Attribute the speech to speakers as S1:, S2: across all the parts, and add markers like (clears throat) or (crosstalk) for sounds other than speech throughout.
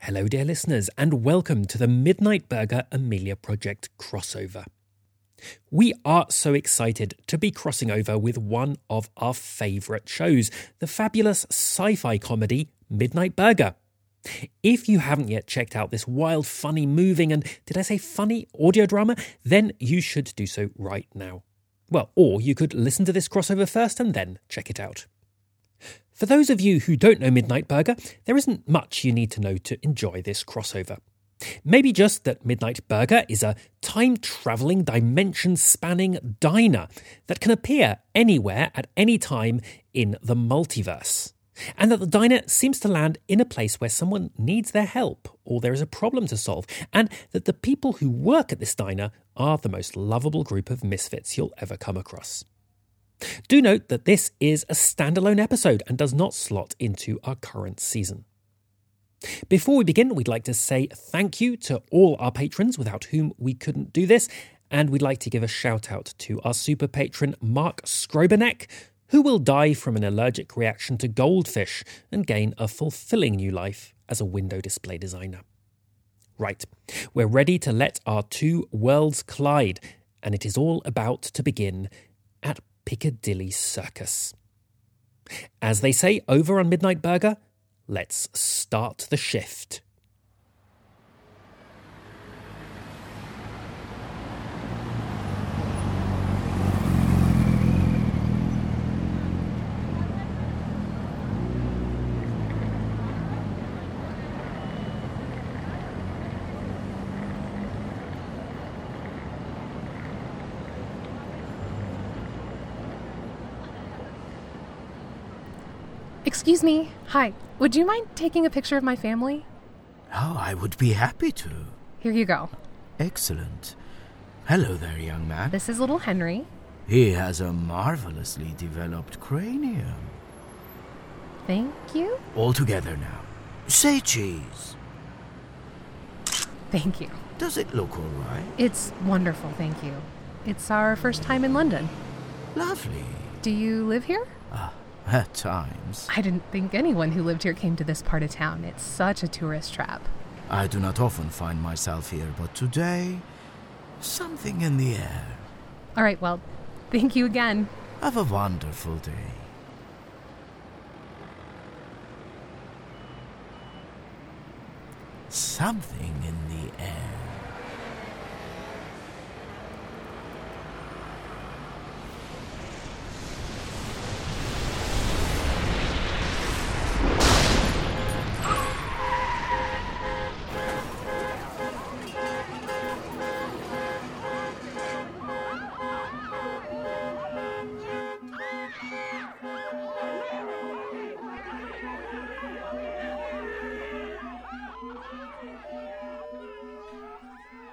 S1: Hello, dear listeners, and welcome to the Midnight Burger Amelia Project crossover. We are so excited to be crossing over with one of our favourite shows, the fabulous sci fi comedy Midnight Burger. If you haven't yet checked out this wild, funny, moving, and did I say funny audio drama, then you should do so right now. Well, or you could listen to this crossover first and then check it out. For those of you who don't know Midnight Burger, there isn't much you need to know to enjoy this crossover. Maybe just that Midnight Burger is a time travelling, dimension spanning diner that can appear anywhere at any time in the multiverse. And that the diner seems to land in a place where someone needs their help or there is a problem to solve, and that the people who work at this diner are the most lovable group of misfits you'll ever come across. Do note that this is a standalone episode and does not slot into our current season. Before we begin, we'd like to say thank you to all our patrons without whom we couldn't do this, and we'd like to give a shout out to our super patron Mark Skrobanek, who will die from an allergic reaction to goldfish and gain a fulfilling new life as a window display designer. Right, we're ready to let our two worlds collide, and it is all about to begin at Piccadilly Circus. As they say over on Midnight Burger, let's start the shift.
S2: Excuse me. Hi. Would you mind taking a picture of my family?
S3: Oh, I would be happy to.
S2: Here you go.
S3: Excellent. Hello there, young man.
S2: This is little Henry.
S3: He has a marvelously developed cranium.
S2: Thank you.
S3: All together now. Say cheese.
S2: Thank you.
S3: Does it look all right?
S2: It's wonderful. Thank you. It's our first time in London.
S3: Lovely.
S2: Do you live here?
S3: Ah, at times.
S2: I didn't think anyone who lived here came to this part of town. It's such a tourist trap.
S3: I do not often find myself here, but today, something in the air.
S2: All right, well, thank you again.
S3: Have a wonderful day. Something in the air.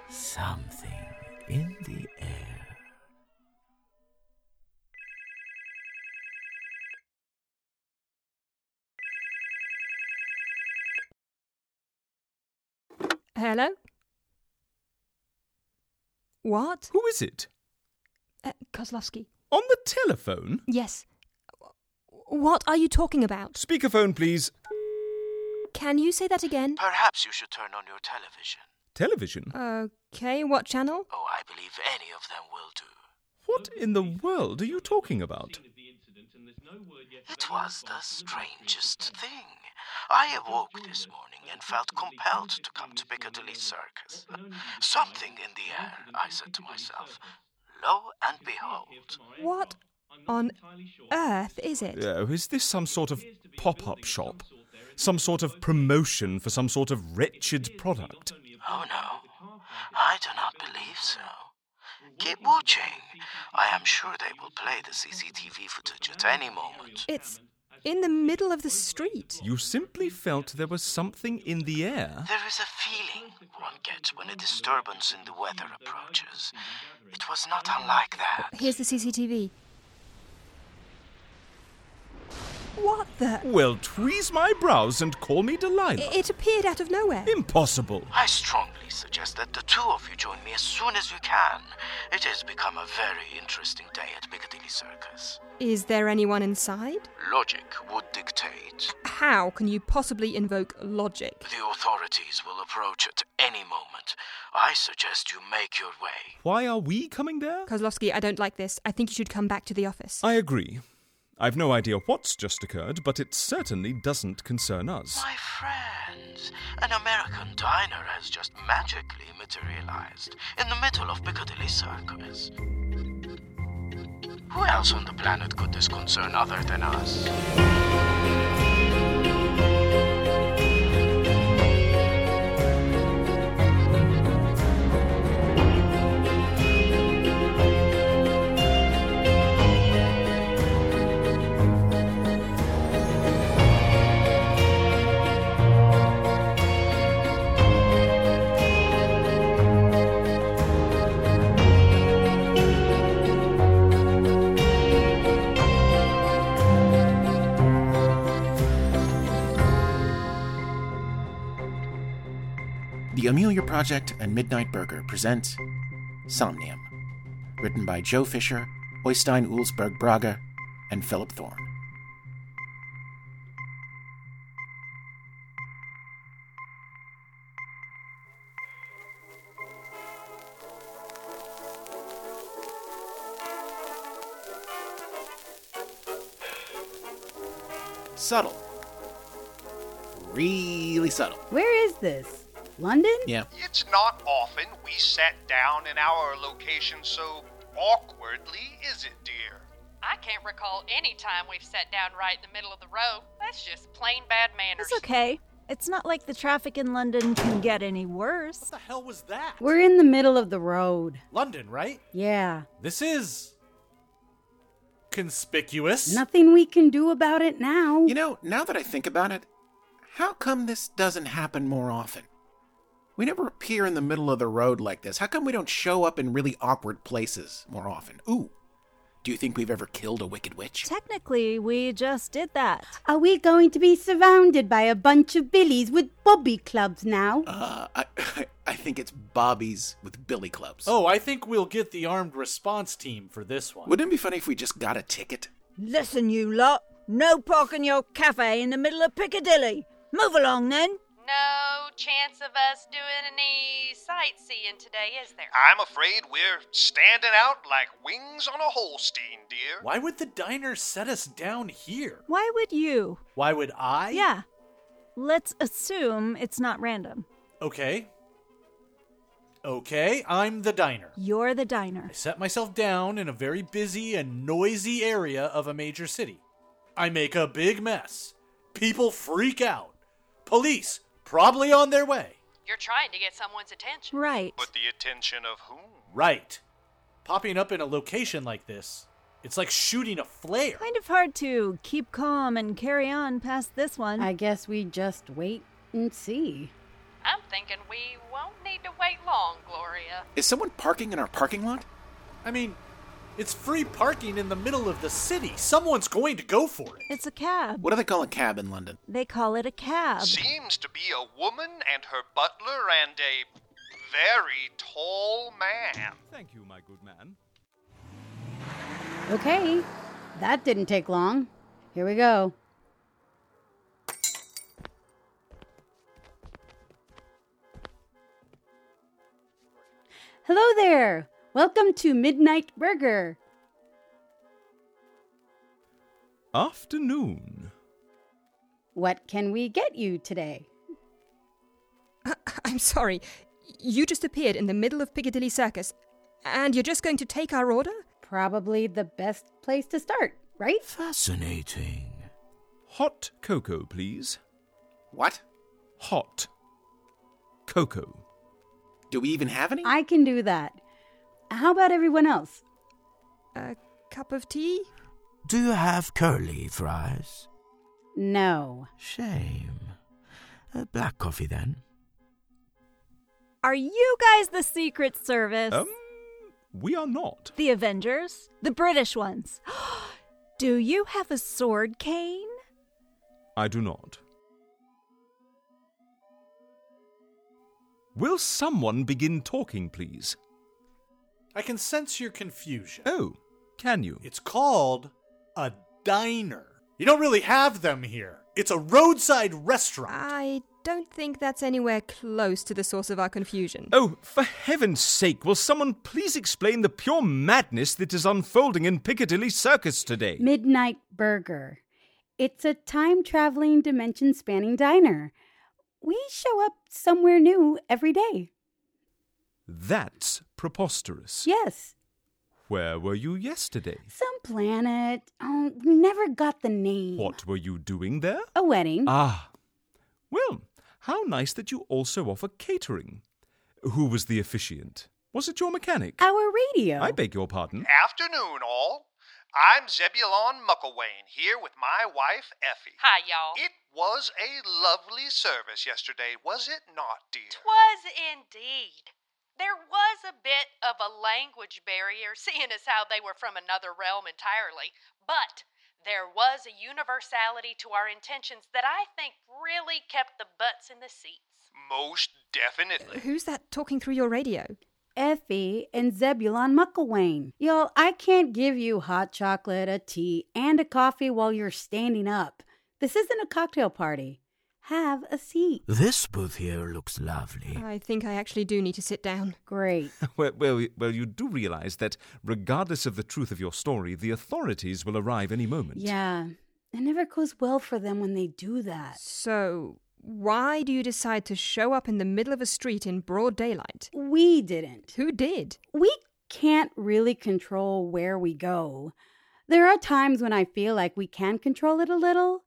S3: Something in the air.
S4: Hello? What?
S5: Who is it?
S4: Uh, Kozlowski.
S5: On the telephone?
S4: Yes. What are you talking about?
S5: Speakerphone, please.
S4: Can you say that again?
S6: Perhaps you should turn on your television.
S5: Television?
S4: Okay, what channel?
S6: Oh, I believe any of them will do.
S5: What in the world are you talking about?
S6: It was the strangest thing.
S3: I awoke this morning and felt compelled to come to Piccadilly Circus. (laughs) Something in the air, I said to myself. Lo and behold, Oh,
S4: What on earth is it?
S5: Oh, is this some sort of pop up shop? Some sort of promotion for some sort of wretched product?
S3: oh no, I do not believe so. Keep watching. I am sure they will play the CCTV footage at any moment.
S4: It's in the middle of the street.
S5: You simply felt there was something in the air?
S3: There is a feeling one gets when a disturbance in the weather approaches. It was not unlike that.
S4: Here's the CCTV. What the?
S5: Well, tweeze my brows and call me Delilah.
S4: It appeared out of nowhere.
S5: Impossible.
S3: I strongly suggest that the two of you join me as soon as you can. It has become a very interesting day at Piccadilly Circus.
S4: Is there anyone inside?
S3: Logic would dictate.
S4: How can you possibly invoke logic?
S3: The authorities will approach at any moment. I suggest you make your way.
S5: Why are we coming there?
S4: Kozlowski, I don't like this. I think you should come back to the office.
S5: I agree. I've no idea what's just occurred, but it certainly doesn't concern us.
S3: My friends, an American diner has just magically materialized in the middle of Piccadilly Circus. Who else on the planet could this concern other than us?
S7: The Amelia Project and Midnight Burger present Somnium, written by Joe Fisher, Oystein Ulsberg Braga, and Philip Thorne. Subtle. Really subtle.
S8: Where is this? London?
S7: Yeah.
S9: It's not often we sat down in our location so awkwardly, is it, dear?
S10: I can't recall any time we've sat down right in the middle of the road. That's just plain bad manners.
S11: It's okay. It's not like the traffic in London can get any worse.
S12: What the hell was that?
S8: We're in the middle of the road.
S12: London, right?
S8: Yeah.
S12: This is conspicuous.
S8: Nothing we can do about it now.
S7: You know, now that I think about it, how come this doesn't happen more often? We never appear in the middle of the road like this. How come we don't show up in really awkward places more often? Ooh, do you think we've ever killed a wicked witch?
S11: Technically, we just did that.
S8: Are we going to be surrounded by a bunch of billies with bobby clubs now?
S7: Uh, I, (laughs) I think it's Bobby's with billy clubs.
S12: Oh, I think we'll get the armed response team for this one.
S7: Wouldn't it be funny if we just got a ticket?
S11: Listen, you lot. No parking your cafe in the middle of Piccadilly. Move along then.
S10: No chance of us doing any sightseeing today, is there?
S9: I'm afraid we're standing out like wings on a Holstein, dear.
S12: Why would the diner set us down here?
S11: Why would you?
S12: Why would I?
S11: Yeah. Let's assume it's not random.
S12: Okay. Okay, I'm the diner.
S11: You're the diner.
S12: I set myself down in a very busy and noisy area of a major city. I make a big mess. People freak out. Police, probably on their way.
S10: You're trying to get someone's attention.
S11: Right.
S9: But the attention of whom?
S12: Right. Popping up in a location like this, it's like shooting a flare.
S11: Kind of hard to keep calm and carry on past this one.
S8: I guess we just wait and see.
S10: I'm thinking we won't need to wait long, Gloria.
S7: Is someone parking in our parking lot?
S12: I mean, it's free parking in the middle of the city. Someone's going to go for it.
S11: It's a cab.
S7: What do they call a cab in London?
S11: They call it a cab.
S9: Seems to be a woman and her butler and a very tall man.
S5: Thank you, my good man.
S8: Okay. That didn't take long. Here we go. Hello there. Welcome to Midnight Burger.
S5: Afternoon.
S8: What can we get you today?
S4: (laughs) I'm sorry. You just appeared in the middle of Piccadilly Circus, and you're just going to take our order?
S8: Probably the best place to start, right?
S3: Fascinating.
S5: Hot cocoa, please.
S7: What?
S5: Hot cocoa.
S7: Do we even have any?
S8: I can do that. How about everyone else?
S4: A cup of tea?
S3: Do you have curly fries?
S8: No.
S3: Shame. Uh, black coffee then.
S11: Are you guys the Secret Service?
S5: Um, we are not.
S11: The Avengers? The British ones? (gasps) Do you have a sword cane?
S5: I do not. Will someone begin talking, please?
S12: I can sense your confusion.
S5: Oh, can you?
S12: It's called a diner. You don't really have them here. It's a roadside restaurant.
S11: Ah.
S4: I don't think that's anywhere close to the source of our confusion.
S5: Oh, for heaven's sake, will someone please explain the pure madness that is unfolding in Piccadilly Circus today?
S8: Midnight Burger. It's a time traveling, dimension spanning diner. We show up somewhere new every day.
S5: That's preposterous.
S8: Yes,
S5: Where were you yesterday?
S8: some planet. Oh, we never got the name.
S5: What were you doing there?
S8: A wedding.
S5: Ah. Well, how nice that you also offer catering. Who was the officiant? Was it your mechanic?
S8: Our radio.
S5: I beg your pardon.
S9: Afternoon, all. I'm Zebulon Mucklewain here with my wife Effie.
S10: Hi, y'all.
S9: It was a lovely service yesterday, was it not, dear?
S10: Twas indeed. There was a bit of a language barrier, (laughs) seeing as how they were from another realm entirely, but there was a universality to our intentions that I think really kept the butts in the seats.
S9: Most definitely.
S4: Who's that talking through your radio?
S8: Effie and Zebulon Mucklewain. Y'all, I can't give you hot chocolate, a tea, and a coffee while you're standing up. This isn't a cocktail party. Have a seat.
S3: This booth here looks lovely.
S4: I think I actually do need to sit down.
S8: Great.
S5: (laughs) Well, well, well, you do realize that, regardless of the truth of your story, the authorities will arrive any moment.
S8: Yeah. It never goes well for them when they do that.
S4: So, why do you decide to show up in the middle of a street in broad daylight?
S8: We didn't.
S4: Who did?
S8: We can't really control where we go. There are times when I feel like we can control it a little,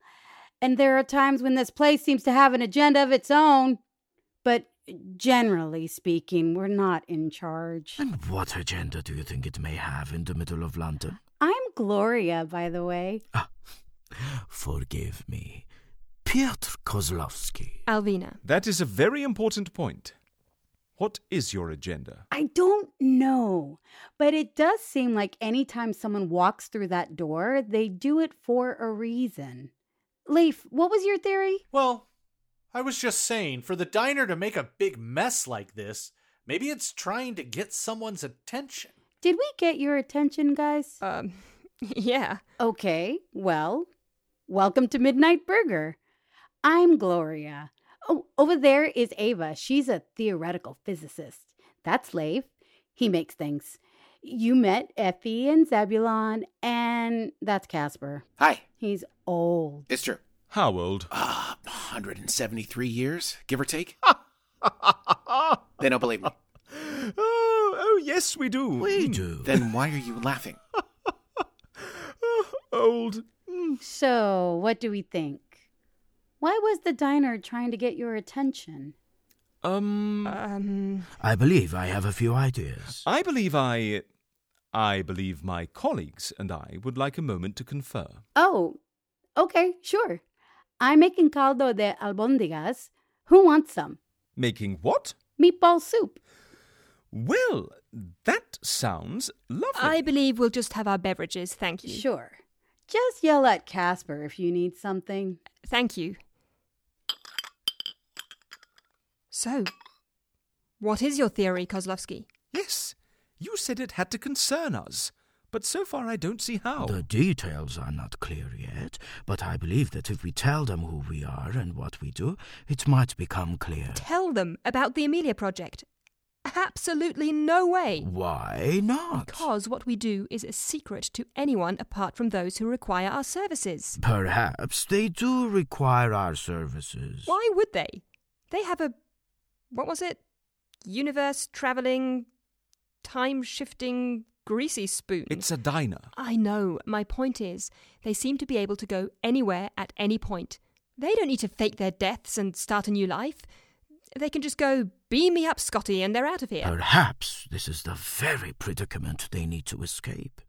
S8: and there are times when this place seems to have an agenda of its own. But generally speaking, we're not in charge.
S3: And what agenda do you think it may have in the middle of London?
S8: I'm Gloria, by the way.
S3: Forgive me. Piotr Kozlowski.
S4: Alvina.
S5: That is a very important point. What is your agenda?
S8: I don't know, but it does seem like anytime someone walks through that door, they do it for a reason. Leif, what was your theory?
S12: Well, I was just saying, for the diner to make a big mess like this, maybe it's trying to get someone's attention.
S8: Did we get your attention, guys?
S4: Um, yeah.
S8: Okay, well, welcome to Midnight Burger. I'm Gloria. Oh, over there is Ava. She's a theoretical physicist. That's Leif. He makes things. You met Effie and Zebulon, and that's Casper.
S7: Hi.
S8: He's old.
S7: It's true.
S5: How old?
S7: Ah, 173 years, give
S5: (laughs)
S7: or take. they don't believe me.
S5: Oh, oh yes, we do. Mm.
S3: We do.
S7: Then why are you laughing?
S5: Old.
S8: So, what do we think? Why was the diner trying to get your attention?
S5: Um,
S4: Um,
S3: I believe I have a few ideas.
S5: I believe I. I believe my colleagues and I would like a moment to confer.
S8: Oh, okay, sure. I'm making caldo de albóndigas. Who wants some?
S5: Making what?
S8: Meatball soup.
S5: Well, that sounds lovely.
S4: I believe we'll just have our beverages, thank you.
S8: Sure. Just yell at Casper if you need something.
S4: Thank you. So, what is your theory, Kozlovsky?
S5: Yes, you said it had to concern us, but so far I don't see how.
S3: The details are not clear yet, but I believe that if we tell them who we are and what we do, it might become clear.
S4: Tell them about the Amelia Project Absolutely no way.
S3: Why not?
S4: Because what we do is a secret to anyone apart from those who require our services.
S3: Perhaps they do require our services.
S4: Why would they? They have a. What was it? Universe traveling, time shifting, greasy spoon.
S5: It's a diner.
S4: I know. My point is, they seem to be able to go anywhere at any point. They don't need to fake their deaths and start a new life. They can just go, beam me up, Scotty, and they're out of here.
S3: Perhaps this is the very predicament they need to escape.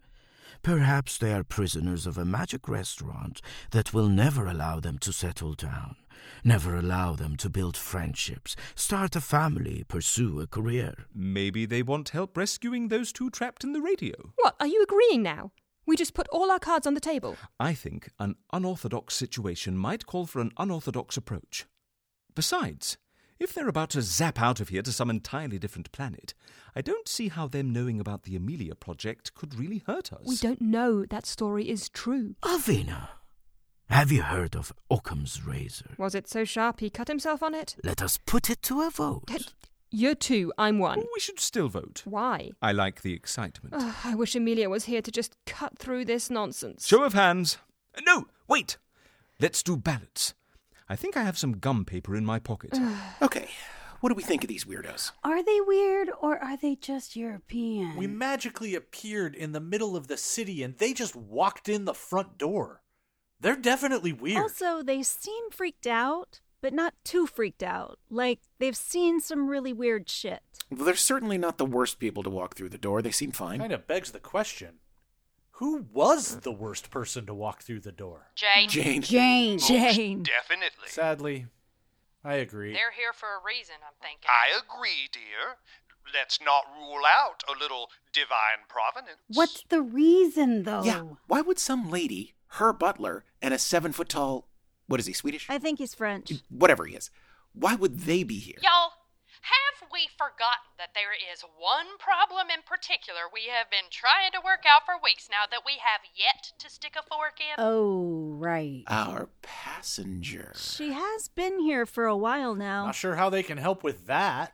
S3: Perhaps they are prisoners of a magic restaurant that will never allow them to settle down, never allow them to build friendships, start a family, pursue a career.
S5: Maybe they want help rescuing those two trapped in the radio.
S4: What, are you agreeing now? We just put all our cards on the table.
S5: I think an unorthodox situation might call for an unorthodox approach. Besides, if they're about to zap out of here to some entirely different planet, I don't see how them knowing about the Amelia project could really hurt us.
S4: We don't know that story is true.
S3: Avina, have you heard of Occam's razor?
S4: Was it so sharp he cut himself on it?
S3: Let us put it to a vote. Oh,
S4: You're two, I'm one.
S5: We should still vote.
S4: Why?
S5: I like the excitement.
S4: Ugh, I wish Amelia was here to just cut through this nonsense.
S5: Show of hands. No, wait. Let's do ballots. I think I have some gum paper in my pocket.
S7: (sighs) okay, what do we think of these weirdos?
S8: Are they weird or are they just European?
S12: We magically appeared in the middle of the city and they just walked in the front door. They're definitely weird.
S11: Also, they seem freaked out, but not too freaked out. Like they've seen some really weird shit.
S7: Well, they're certainly not the worst people to walk through the door. They seem fine.
S12: Kind of begs the question who was the worst person to walk through the door?
S10: Jane.
S7: Jane.
S8: Jane.
S11: Jane.
S9: Definitely.
S12: Sadly, I agree.
S10: They're here for a reason, I'm thinking.
S9: I agree, dear. Let's not rule out a little divine providence.
S8: What's the reason, though?
S7: Yeah, why would some lady, her butler, and a seven foot tall, what is he, Swedish?
S11: I think he's French.
S7: Whatever he is, why would they be here?
S10: Y'all, have we forgotten that there is one problem in particular we have been trying to work out for weeks now that we have yet to stick a fork in?
S8: Oh, right.
S7: Our passenger.
S11: She has been here for a while now.
S12: Not sure how they can help with that.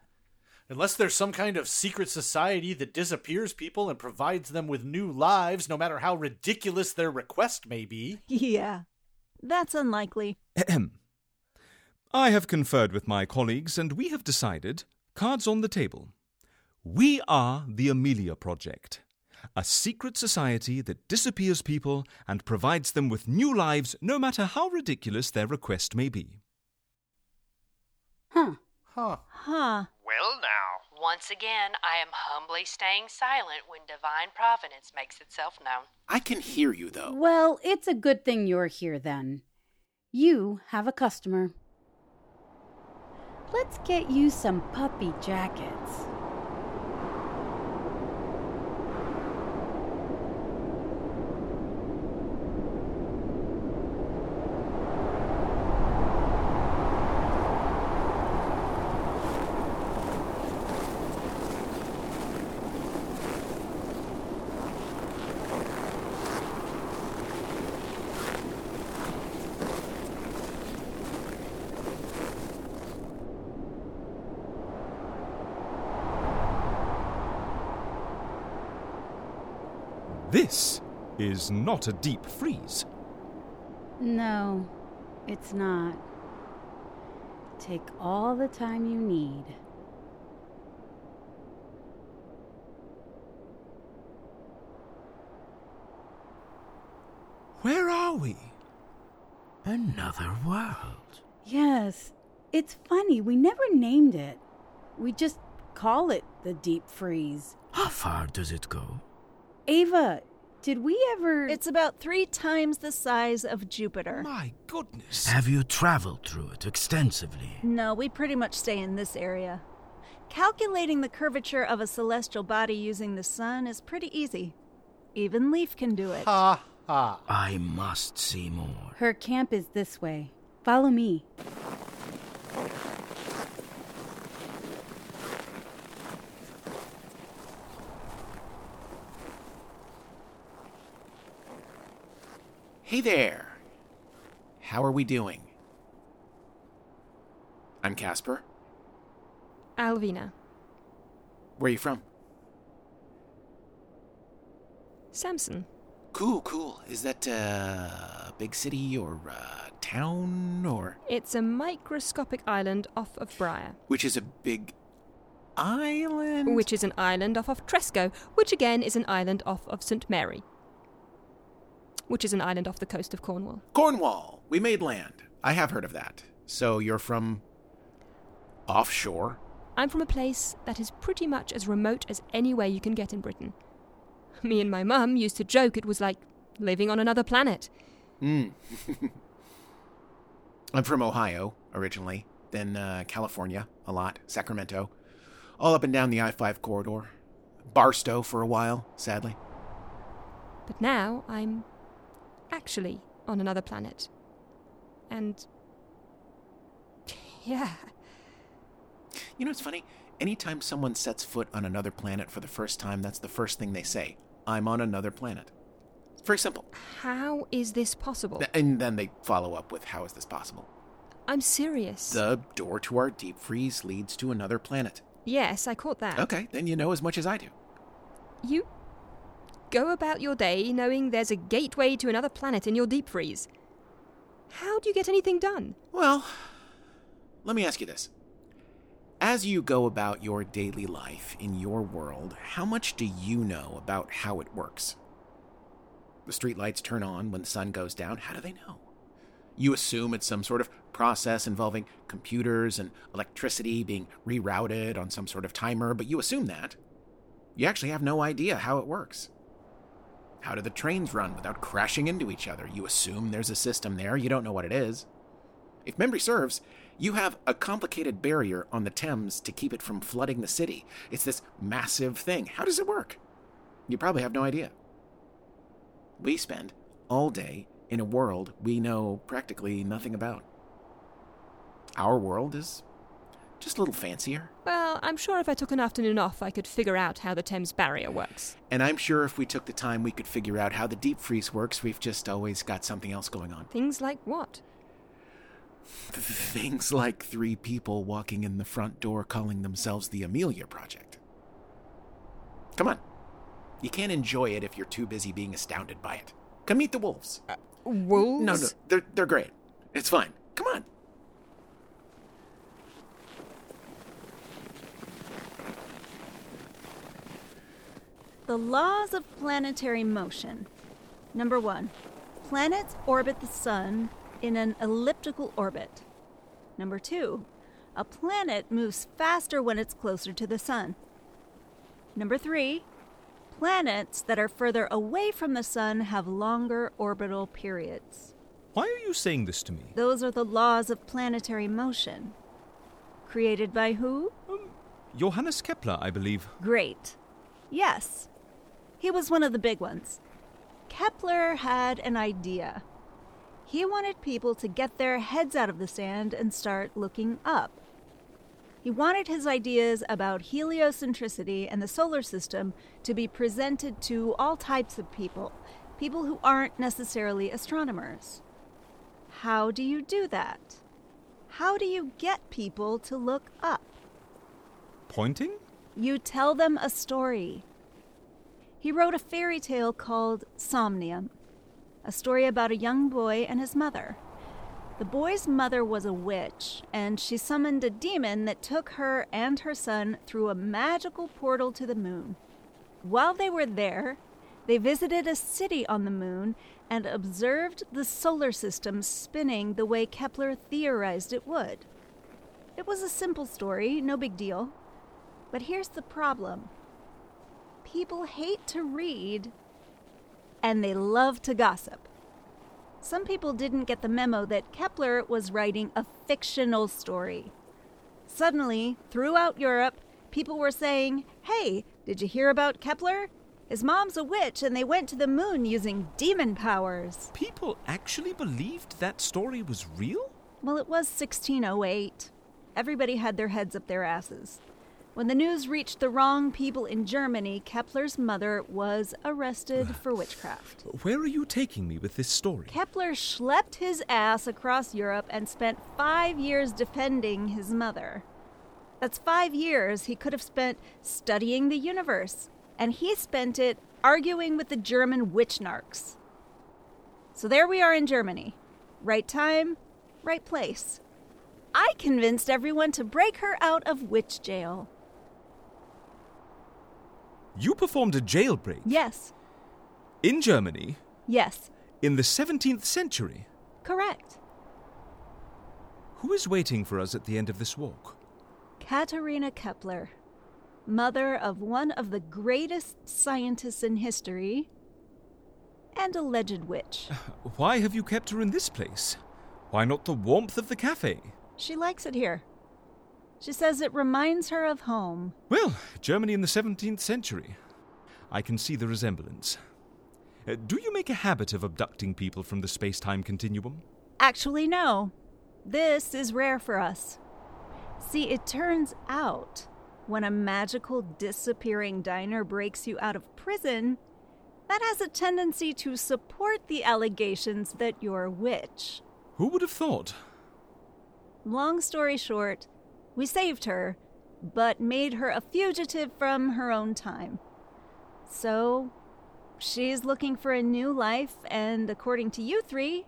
S12: Unless there's some kind of secret society that disappears people and provides them with new lives, no matter how ridiculous their request may be.
S11: Yeah. That's unlikely.
S5: Ahem. I have conferred with my colleagues and we have decided cards on the table. We are the Amelia Project, a secret society that disappears people and provides them with new lives no matter how ridiculous their request may be.
S8: Huh.
S12: Huh.
S11: Huh.
S9: Well, now.
S10: Once again, I am humbly staying silent when divine providence makes itself known.
S7: I can hear you, though.
S8: Well, it's a good thing you're here then. You have a customer. Let's get you some puppy jackets.
S5: This is not a deep freeze.
S8: No, it's not. Take all the time you need.
S3: Where are we? Another world.
S8: Yes, it's funny. We never named it. We just call it the deep freeze.
S3: How far does it go?
S8: Ava, did we ever.
S11: It's about three times the size of Jupiter.
S5: My goodness.
S3: Have you traveled through it extensively?
S11: No, we pretty much stay in this area. Calculating the curvature of a celestial body using the sun is pretty easy. Even Leaf can do it.
S12: Ha ha.
S3: I must see more.
S8: Her camp is this way. Follow me.
S7: Hey there. How are we doing? I'm Casper.
S4: Alvina.
S7: Where are you from?
S4: Samson.
S7: Cool, cool. Is that uh, a big city or a town or.
S4: It's a microscopic island off of Briar.
S7: Which is a big island?
S4: Which is an island off of Tresco, which again is an island off of St. Mary. Which is an island off the coast of Cornwall.
S7: Cornwall! We made land. I have heard of that. So you're from. offshore?
S4: I'm from a place that is pretty much as remote as anywhere you can get in Britain. Me and my mum used to joke it was like living on another planet.
S7: Mm. (laughs) I'm from Ohio originally, then uh, California a lot, Sacramento, all up and down the I 5 corridor, Barstow for a while, sadly.
S4: But now I'm actually on another planet. And. (laughs) Yeah.
S7: You know, it's funny. Anytime someone sets foot on another planet for the first time, that's the first thing they say I'm on another planet. It's very simple.
S4: How is this possible?
S7: Th- uh And then they follow up with How is this possible?
S4: I'm serious.
S7: The door to our deep freeze leads to another planet.
S4: Yes, I caught that.
S7: Okay, then you know as much as I do.
S4: You go about your day knowing there's a gateway to another planet in your deep freeze. How do you get anything done?
S7: Well, Let me ask you this. As you go about your daily life in your world, how much do you know about how it works? The streetlights turn on when the sun goes down. How do they know? You assume it's some sort of process involving computers and electricity being rerouted on some sort of timer, but you assume that. You actually have no idea how it works. How do the trains run without crashing into each other? You assume there's a system there, you don't know what it is. If memory serves, you have a complicated barrier on the Thames to keep it from flooding the city. It's this massive thing. How does it work? You probably have no idea. We spend all day in a world we know practically nothing about. Our world is just a little fancier,
S4: Well, I'm sure if I took an afternoon off, I could figure out how the Thames barrier works.
S7: and I'm sure if we took the time we could figure out how the deep freeze works. We've just always got something else going on.
S4: Things like what?
S7: Things like three people walking in the front door calling themselves the Amelia Project. Come on. You can't enjoy it if you're too busy being astounded by it. Come meet the wolves.
S12: Uh,
S4: wolves?
S7: No, no, they're, they're great. It's fine. Come on.
S11: The laws of planetary motion. Number one, planets orbit the sun in an elliptical orbit. Number two, a planet moves faster when it's closer to the sun. Number three, planets that are further away from the sun have longer orbital periods.
S5: Why are you saying this to me?
S11: Those are the laws of planetary motion. Created by who?
S5: Johannes Kepler, I believe.
S11: Great. Yes. He was one of the big ones. Kepler had an idea. He wanted people to get their heads out of the sand and start looking up. He wanted his ideas about heliocentricity and the solar system to be presented to all types of people, people who aren't necessarily astronomers. How do you do that? How do you get people to look up?
S5: Pointing?
S11: You tell them a story. He wrote a fairy tale called Somnium, a story about a young boy and his mother. The boy's mother was a witch, and she summoned a demon that took her and her son through a magical portal to the moon. While they were there, they visited a city on the moon and observed the solar system spinning the way Kepler theorized it would. It was a simple story, no big deal. But here's the problem people hate to read and they love to gossip. Some people didn't get the memo that Kepler was writing a fictional story. Suddenly, throughout Europe, people were saying, Hey, did you hear about Kepler? His mom's a witch and they went to the moon using demon powers.
S5: People actually believed that story was real?
S11: Well, it was 1608. Everybody had their heads up their asses. When the news reached the wrong people in Germany, Kepler's mother was arrested for witchcraft.
S5: Where are you taking me with this story?
S11: Kepler schlepped his ass across Europe and spent five years defending his mother. That's five years he could have spent studying the universe, and he spent it arguing with the German witch narcs. So there we are in Germany. Right time, right place. I convinced everyone to break her out of witch jail.
S5: You performed a jailbreak?
S11: Yes,
S5: In Germany?
S11: yes,
S5: In the 17th century?
S11: correct.
S5: Who is waiting for us at the end of this walk? (sighs)
S11: Katerina Kepler, mother of one of the greatest scientists in history and alleged witch.
S5: Why have you kept her in this place? Why not the warmth of the cafe?
S11: She likes it here. She says it reminds her of home.
S5: Well, Germany in the 17th century. I can see the resemblance. Uh, do you make a habit of abducting people from the space time continuum?
S11: Actually, no. This is rare for us. See, it turns out when a magical disappearing diner breaks you out of prison, that has a tendency to support the allegations that you're a witch.
S5: Who would have thought?
S11: Long story short, we saved her, but made her a fugitive from her own time. So, she's looking for a new life, and according to you three,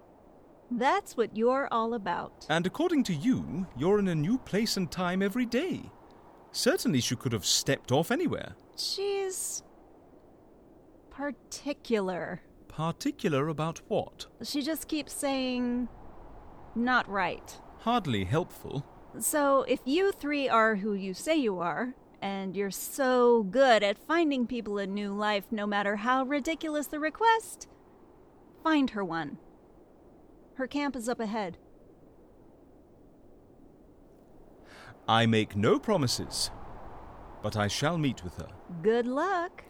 S11: that's what you're all about.
S5: And according to you, you're in a new place and time every day. Certainly she could have stepped off anywhere.
S11: She's particular.
S5: Particular about what?
S11: She just keeps saying, not right.
S5: Hardly helpful.
S11: So, if you three are who you say you are, and you're so good at finding people a new life, no matter how ridiculous the request, find her one. Her camp is up ahead.
S5: I make no promises, but I shall meet with her.
S11: Good luck.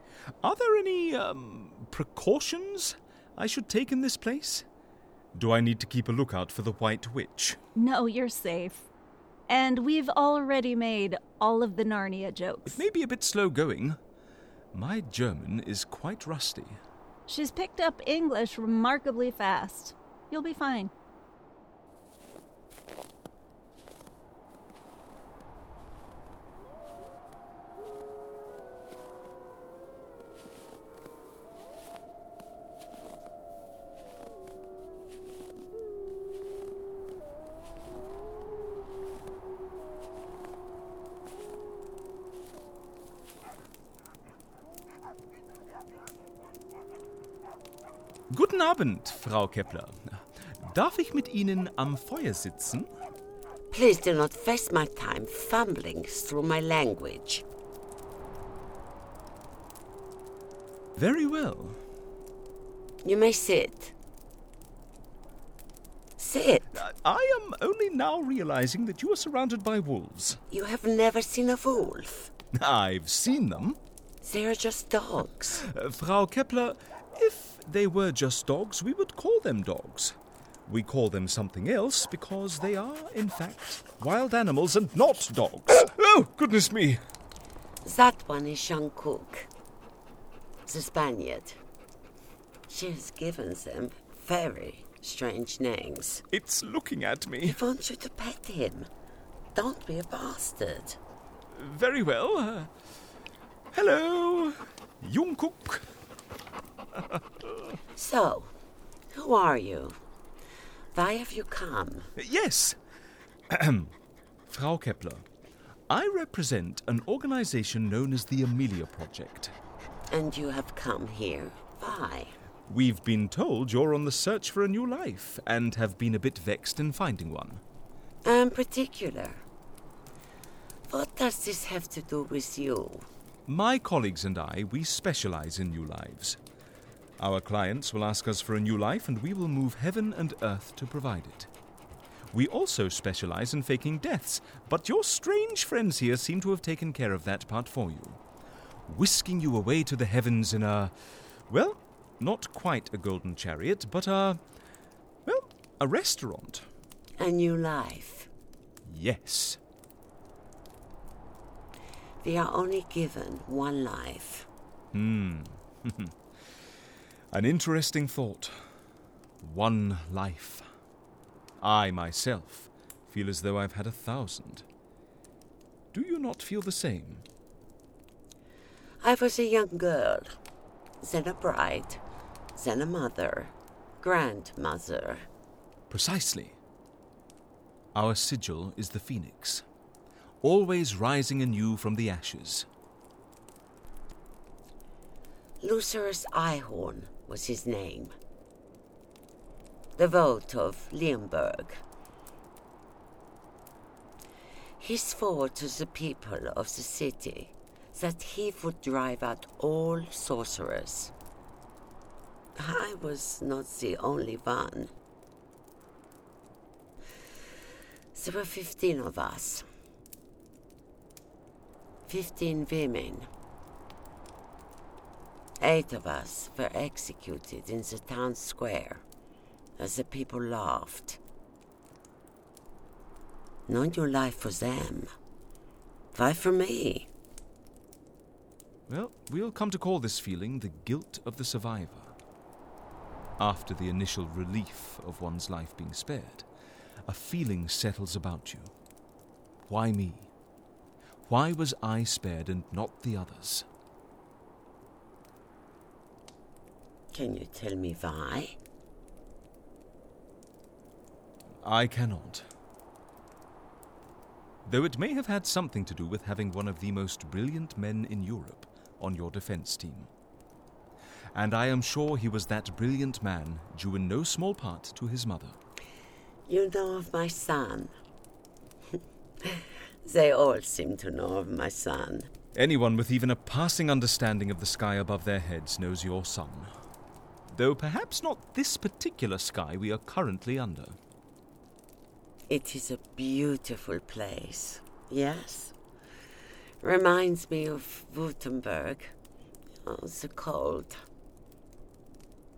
S5: Are there any um, precautions I should take in this place? Do I need to keep a lookout for the White Witch?
S11: No, you're safe. And we've already made all of the Narnia jokes.
S5: Maybe a bit slow going. My German is quite rusty.
S11: She's picked up English remarkably fast. You'll be fine.
S5: Guten Abend, Frau Kepler. Darf ich mit Ihnen am Feuer sitzen?
S13: Please do not waste my time fumbling through my language.
S5: Very well.
S13: You may sit. Sit.
S5: Uh, I am only now realizing that you are surrounded by wolves.
S13: You have never seen a wolf.
S5: I've seen them.
S13: They are just dogs.
S5: Uh, Frau Kepler, if they were just dogs, we would call them dogs. We call them something else because they are, in fact, wild animals and not dogs. oh, goodness me!
S13: That one is Jean Cook, the Spaniard. She has given them very strange names.
S5: It's looking at me.
S13: I want you to pet him. Don't be a bastard.
S5: Very well. Uh, hello, Jung Cook.
S13: (laughs) So, who are you? Why have you come?
S5: Yes. (clears throat) Frau Kepler, I represent an organization known as the Amelia Project.
S13: And you have come here. Why?
S5: We've been told you're on the search for a new life and have been a bit vexed in finding one.
S13: I'm particular. What does this have to do with you?
S5: My colleagues and I, we specialize in new lives. Our clients will ask us for a new life and we will move heaven and earth to provide it. We also specialize in faking deaths, but your strange friends here seem to have taken care of that part for you, whisking you away to the heavens in a, well, not quite a golden chariot, but a, well, a restaurant.
S13: A new life.
S5: Yes.
S13: We are only given one life.
S5: Hmm. (laughs) An interesting thought. One life. I myself feel as though I've had a thousand. Do you not feel the same?
S13: I was a young girl, then a bride, then a mother, grandmother.
S5: Precisely. Our sigil is the phoenix, always rising anew from the ashes.
S13: Lucerus Ihorn was his name. The vote of Limburg. He swore to the people of the city that he would drive out all sorcerers. I was not the only one. There were 15 of us. 15 women. Eight of us were executed in the town square as the people laughed. No new life for them. Why for me?
S5: Well, we'll come to call this feeling the guilt of the survivor. After the initial relief of one's life being spared, a feeling settles about you. Why me? Why was I spared and not the others?
S13: Can you tell me why?
S5: I cannot. Though it may have had something to do with having one of the most brilliant men in Europe on your defense team. And I am sure he was that brilliant man due in no small part to his mother.
S13: You know of my son. (laughs) they all seem to know of my son.
S5: Anyone with even a passing understanding of the sky above their heads knows your sun. Though perhaps not this particular sky we are currently under.
S13: It is a beautiful place, yes? Reminds me of Württemberg. Oh, the cold.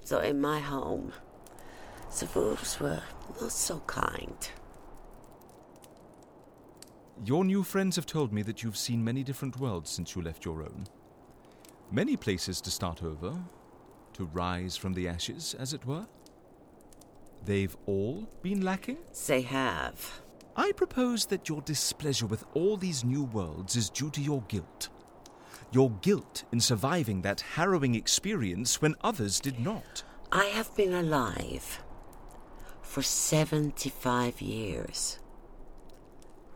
S13: So in my home, the wolves were not so kind.
S5: Your new friends have told me that you've seen many different worlds since you left your own. Many places to start over, to rise from the ashes, as it were. They've all been lacking?
S13: They have.
S5: I propose that your displeasure with all these new worlds is due to your guilt. Your guilt in surviving that harrowing experience when others did not.
S13: I have been alive for 75 years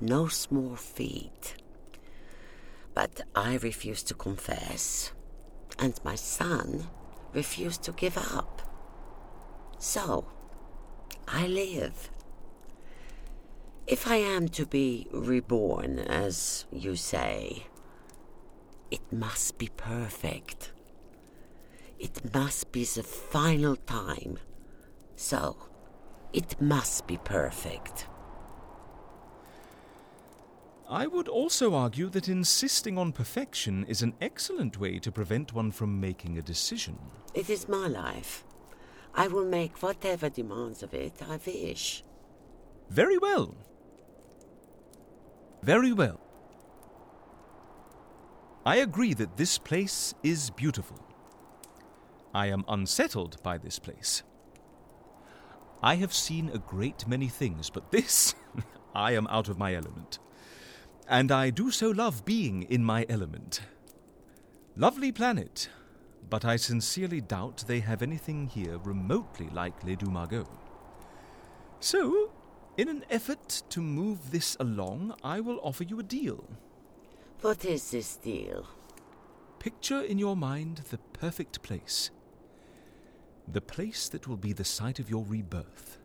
S13: no small feat. But I refused to confess, and my son refused to give up. So, I live. If I am to be reborn, as you say, it must be perfect. It must be the final time. So, it must be perfect.
S5: I would also argue that insisting on perfection is an excellent way to prevent one from making a decision.
S13: It is my life. I will make whatever demands of it I wish.
S5: Very well. Very well. I agree that this place is beautiful. I am unsettled by this place. I have seen a great many things, but this, (laughs) I am out of my element and I do so love being in my element. Lovely planet, but I sincerely doubt they have anything here remotely like Les Dumargo. So, in an effort to move this along, I will offer you a deal.
S13: What is this deal?
S5: Picture in your mind the perfect place. The place that will be the site of your rebirth.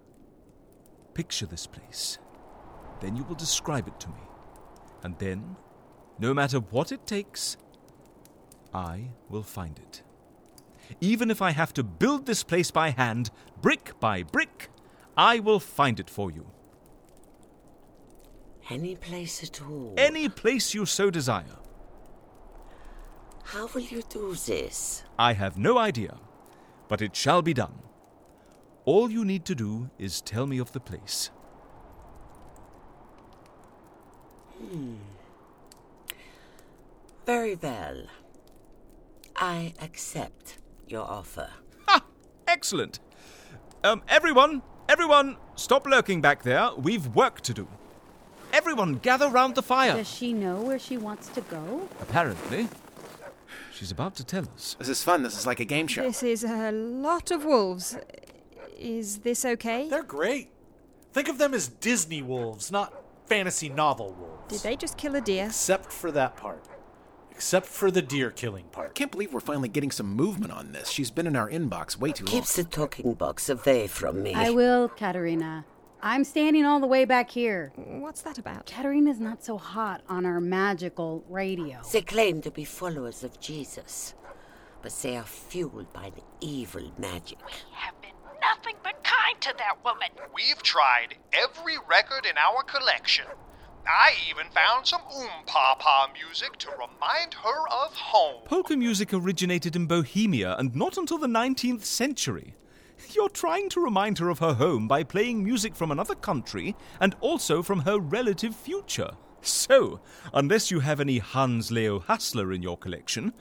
S5: Picture this place. Then you will describe it to me. And then, no matter what it takes, I will find it. Even if I have to build this place by hand, brick by brick, I will find it for you.
S13: Any place at all.
S5: Any place you so desire.
S13: How will you do this?
S5: I have no idea, but it shall be done. All you need to do is tell me of the place.
S13: Hmm. Very well. I accept your offer.
S5: Ha! Excellent. Um, everyone, everyone, stop lurking back there. We've work to do. Everyone gather round the fire.
S8: Does she know where she wants to go?
S5: Apparently. She's about to tell us.
S7: This is fun. This is like a game show.
S4: This is a lot of wolves. Is this okay?
S12: They're great. Think of them as Disney wolves, not fantasy novel wolves.
S4: Did they just kill a deer?
S12: Except for that part. Except for the deer killing part.
S7: I can't believe we're finally getting some movement on this. She's been in our inbox way too long.
S13: Keeps the talking box away from me.
S8: I will, Katerina. I'm standing all the way back here.
S4: What's that about?
S8: Katerina's not so hot on our magical radio.
S13: They claim to be followers of Jesus, but they are fueled by the evil magic.
S10: Have been nothing but kind to that woman.
S9: We've tried every record in our collection. I even found some Oom Papa music to remind her of home.
S5: Polka music originated in Bohemia and not until the 19th century. (laughs) You're trying to remind her of her home by playing music from another country and also from her relative future. So, unless you have any Hans Leo Hassler in your collection,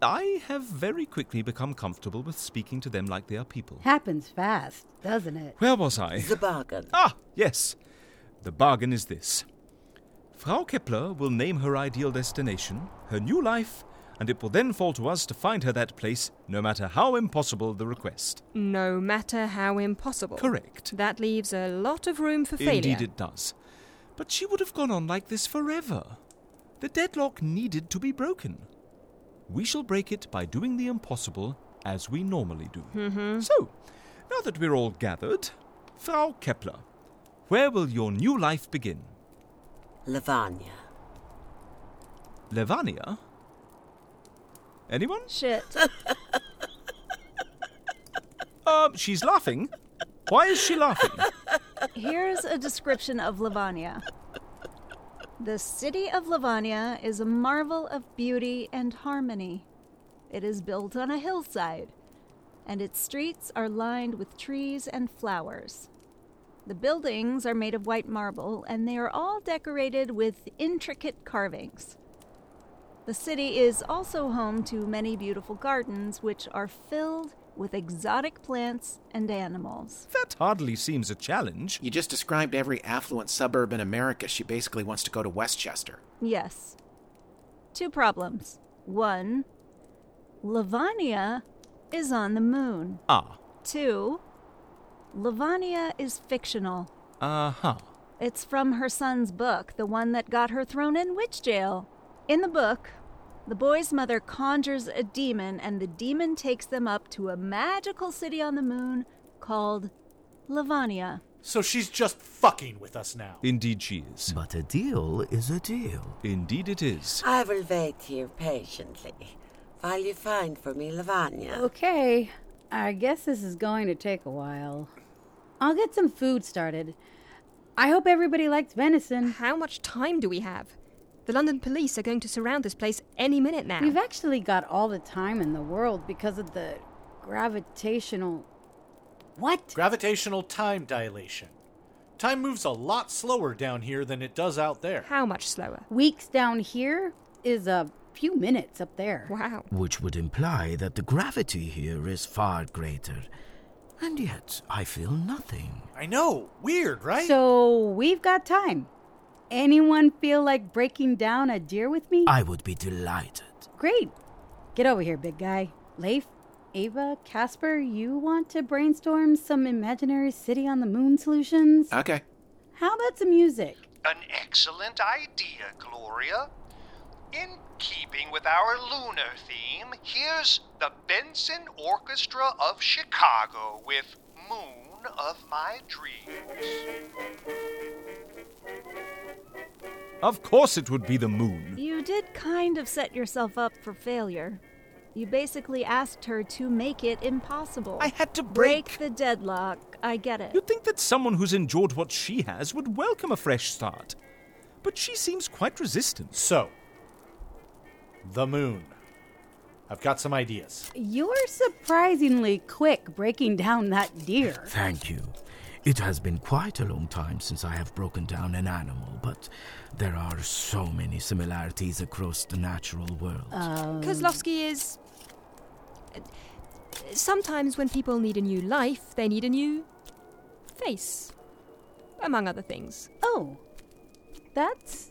S5: I have very quickly become comfortable with speaking to them like they are people.
S8: Happens fast, doesn't it?
S5: Where was I?
S13: The bargain.
S5: Ah, yes. The bargain is this Frau Kepler will name her ideal destination, her new life, and it will then fall to us to find her that place, no matter how impossible the request.
S4: No matter how impossible.
S5: Correct.
S4: That leaves a lot of room for failure.
S5: Indeed, it does. But she would have gone on like this forever. The deadlock needed to be broken. We shall break it by doing the impossible as we normally do.
S4: Mm-hmm.
S5: So, now that we're all gathered, Frau Kepler, where will your new life begin?
S13: Lavanya.
S5: Levania? Anyone?
S11: Shit.
S5: (laughs) Um, she's laughing. Why is she laughing?
S11: Here's a description of Lavania. The city of Lavania is a marvel of beauty and harmony. It is built on a hillside, and its streets are lined with trees and flowers. The buildings are made of white marble, and they are all decorated with intricate carvings. The city is also home to many beautiful gardens, which are filled with exotic plants and animals.
S5: That hardly seems a challenge.
S7: You just described every affluent suburb in America. She basically wants to go to Westchester.
S11: Yes. Two problems. One, Lavania is on the moon.
S5: Ah.
S11: Two, Lavania is fictional.
S5: Uh
S3: Uh-huh.
S5: huh.
S11: It's from her son's book, the one that got her thrown in witch jail. In the book, the boy's mother conjures a demon, and the demon takes them up to a magical city on the moon called Lavania.
S12: So she's just fucking with us now.
S5: Indeed, she is.
S3: But a deal is a deal.
S5: Indeed, it is.
S13: I will wait here patiently while you find for me Lavanya.
S8: Okay, I guess this is going to take a while. I'll get some food started. I hope everybody liked venison.
S4: How much time do we have? The London police are going to surround this place any minute now.
S8: We've actually got all the time in the world because of the gravitational. What?
S12: Gravitational time dilation. Time moves a lot slower down here than it does out there.
S4: How much slower?
S8: Weeks down here is a few minutes up there.
S4: Wow.
S3: Which would imply that the gravity here is far greater. And yet, I feel nothing.
S12: I know. Weird, right?
S8: So we've got time. Anyone feel like breaking down a deer with me?
S3: I would be delighted.
S8: Great. Get over here, big guy. Leif, Ava, Casper, you want to brainstorm some imaginary city on the moon solutions?
S3: Uh.
S7: Okay.
S8: How about some music?
S9: An excellent idea, Gloria. In keeping with our lunar theme, here's the Benson Orchestra of Chicago with Moon of My Dreams.
S5: Of course, it would be the moon.
S11: You did kind of set yourself up for failure. You basically asked her to make it impossible.
S5: I had to
S11: break,
S5: break.
S11: the deadlock. I get it.
S5: You'd think that someone who's endured what she has would welcome a fresh start. But she seems quite resistant.
S12: So, the moon. I've got some ideas.
S8: You're surprisingly quick breaking down that deer.
S3: Thank you. It has been quite a long time since I have broken down an animal, but there are so many similarities across the natural world.
S8: Um,
S4: Kozlovsky is. uh, Sometimes when people need a new life, they need a new face. Among other things.
S8: Oh, That's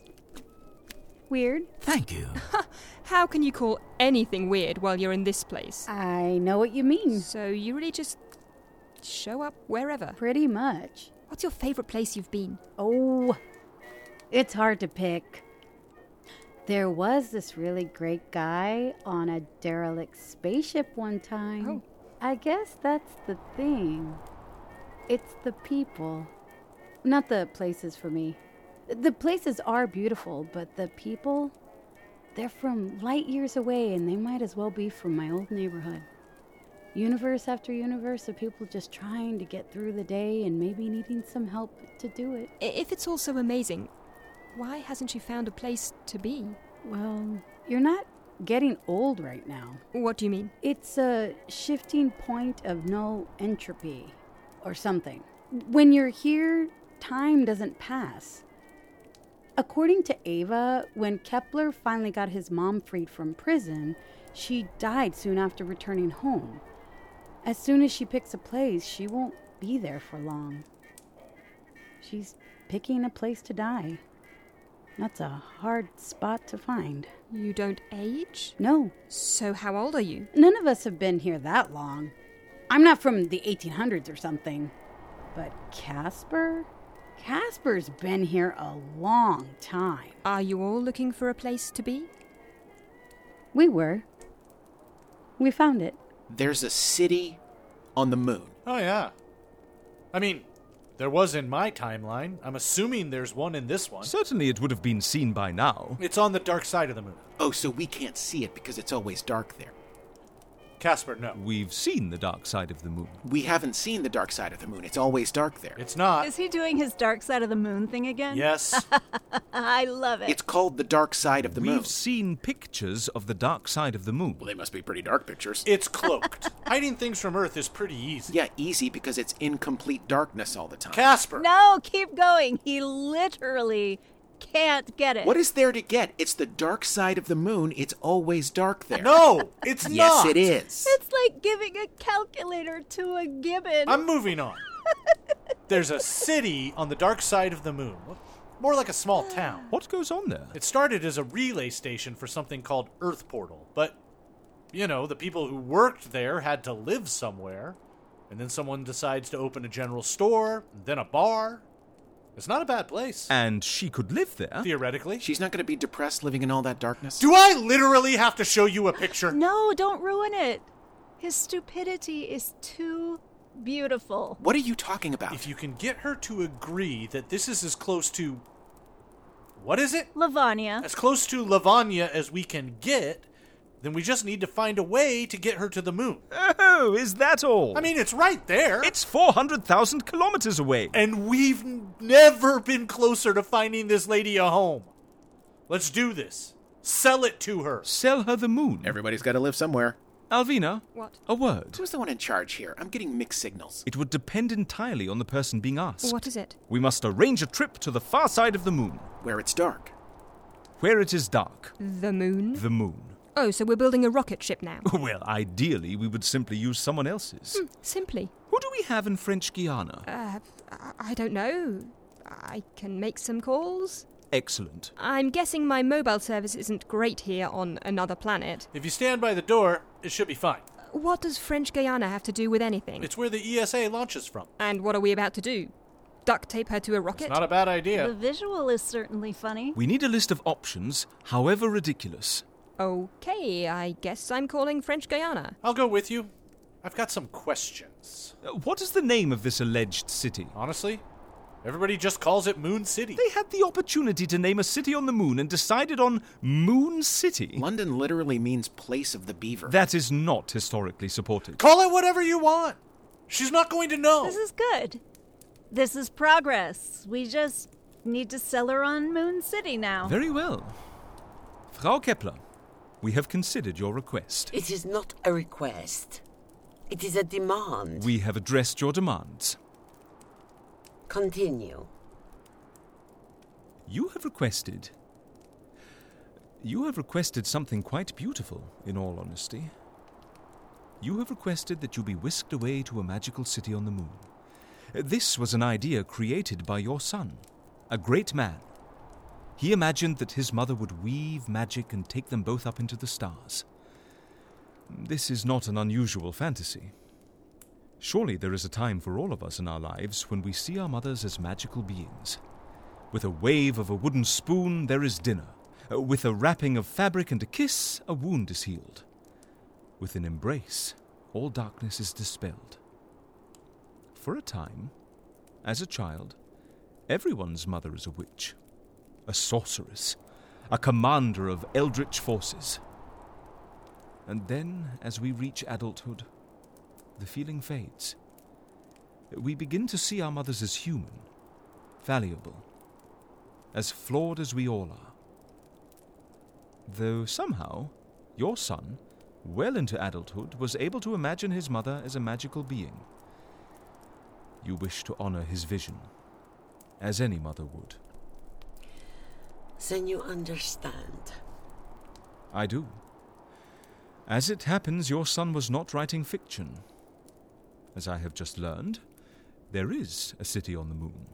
S8: weird.
S3: Thank you.
S4: (laughs) How can you call anything weird while you're in this place?
S8: I know what you mean.
S4: So you really just show up wherever?
S8: Pretty much.
S4: What's your favourite place you've been?
S8: Oh, it's hard to pick. There was this really great guy on a derelict spaceship one time.
S4: Oh.
S8: I guess that's the thing. It's the people. Not the places for me. The places are beautiful, but the people, they're from light years away and they might as well be from my old neighborhood. Universe after universe of people just trying to get through the day and maybe needing some help to do it.
S4: I- If it's all so amazing, why hasn't you found a place to be?
S8: Well, you're not getting old right now.
S4: What do you mean?
S8: It's a shifting point of null entropy or something. When you're here, time doesn't pass. According to Ava, when Kepler finally got his mom freed from prison, she died soon after returning home. As soon as she picks a place, she won't be there for long. She's picking a place to die. That's a hard spot to find.
S4: You don't age?
S8: No,
S4: So how old are you?
S8: None of us have been here that long. I'm not from the 1800s or something. But Casper? Casper's been here a long time.
S4: Are you all looking for a place to be?
S8: We were. We found it.
S7: There's a city on the moon.
S12: Oh, yeah. I mean, there was in my timeline. I'm assuming there's one in this one.
S5: Certainly it would have been seen by now.
S12: It's on the dark side of the moon.
S7: Oh, so we can't see it because it's always dark there.
S12: Casper, no.
S5: We've seen the dark side of the moon.
S7: We haven't seen the dark side of the moon. It's always dark there.
S12: It's not.
S11: Is he doing his dark side of the moon thing
S12: (laughs)
S11: again?
S12: Yes.
S11: (laughs) I love it.
S7: It's called the dark side of the
S5: We've
S7: moon.
S5: seen pictures of the dark side of the moon.
S7: Well, they must be pretty dark pictures.
S12: It's
S7: (laughs)
S12: cloaked. Hiding things from Earth is pretty easy.
S7: Yeah, easy because it's incomplete darkness all the time.
S12: Casper!
S11: no, keep going. He literally can't get (laughs) it.
S7: What is there to get? It's the dark side of the moon. It's always dark there.
S12: No,
S7: (laughs)
S12: it's
S7: Yes,
S12: not.
S7: it is.
S11: It's like giving a calculator to a gibbon.
S12: (laughs) I'm moving on. There's a city on the dark side of the moon. More like a small town.
S5: What goes on there?
S12: It started as a relay station for something called Earth Portal, but, you know, the people who worked there had to live somewhere, and then someone decides to open a general store, and then a bar. It's not a bad place,
S5: And she could live there.
S12: theoretically.
S7: She's not going to be depressed living in all that darkness.
S12: Do I literally have to show you
S7: (laughs)
S12: a picture?
S11: No, don't ruin it. His stupidity is too beautiful.
S7: What are you talking about?
S12: If you can get her to agree that this is as close to. What is it?
S11: Lavanya,
S12: As close to Lavanya as we can get, then we just need to find a way to get her to the moon.
S5: Oh, is that all?
S12: I mean, it's right there.
S5: it's 400,000 kilometers away.
S12: and we've n- never been closer to finding this lady a home. Let's do this. Sell it to her.
S5: Sell her the moon.
S7: Everybody's got to live somewhere.
S5: Alvina,
S4: What?
S5: a word.
S7: Who's the one in charge here? I'm getting mixed signals.
S5: It would depend entirely on the person being asked.
S4: What is it?
S5: We must arrange a trip to the far side of the moon,
S7: Where it's dark.
S5: where it is dark.
S4: The moon?
S5: The moon.
S4: Oh, so we're building a rocket ship (laughs) now.
S5: (laughs) Well, ideally, we would simply use someone else's.
S4: Hmm, Simply.
S5: Who do we have in French Guiana?
S4: Uh, I- I don't know. I can make some calls.
S5: Excellent.
S4: I'm guessing my mobile service isn't great here on another planet.
S12: If you stand by the door, it should be fine.
S4: What does French Guiana have to do with anything?
S12: It's where the ESA launches from.
S4: And what are we about to do? Duct tape her to a
S12: It's
S4: rocket?
S12: not a bad
S11: the
S12: idea.
S11: visual is certainly funny.
S5: We need a list of options, however ridiculous.
S4: okay, I guess I'm calling French Guiana.
S12: I'll go with you. I've got some questions.
S5: Uh, What is the name of this alleged city?
S12: Honestly, everybody just calls it Moon City.
S5: They had the opportunity to name a city on the moon and decided on Moon City.
S7: London literally means place of the beaver.
S5: That is not historically supported.
S12: Call it whatever you want. She's not going to know.
S11: This is good. This is progress. We just need to sell her on Moon City now.
S5: Very well. Frau Kepler, we have considered your request.
S13: It is not a request. It is a demand.
S5: We have addressed your demands.
S13: Continue.
S5: You have requested. You have requested something quite beautiful, in all honesty. You have requested that you be whisked away to a magical city on the moon. This was an idea created by your son, a great man, He imagined that his mother would weave magic and take them both up into the stars. This is not an unusual fantasy. Surely there is a time for all of us in our lives when we see our mothers as magical beings. With a wave of a wooden spoon, there is dinner. Uh, With a wrapping of fabric and a kiss, a wound is healed. With an embrace, all darkness is dispelled. For a time, as a child, everyone's mother is a witch, a sorceress, a commander of eldritch forces. And then, as we reach adulthood, the feeling fades. We begin to see our mothers as human, valuable, as flawed as we all are. Though somehow, your son, well into adulthood, was able to imagine his mother as a magical being. You wish to honor his vision, as any mother would.
S13: Then you understand.
S5: I do. As it happens, your son was not writing fiction. As I have just learned, there is a city on the moon.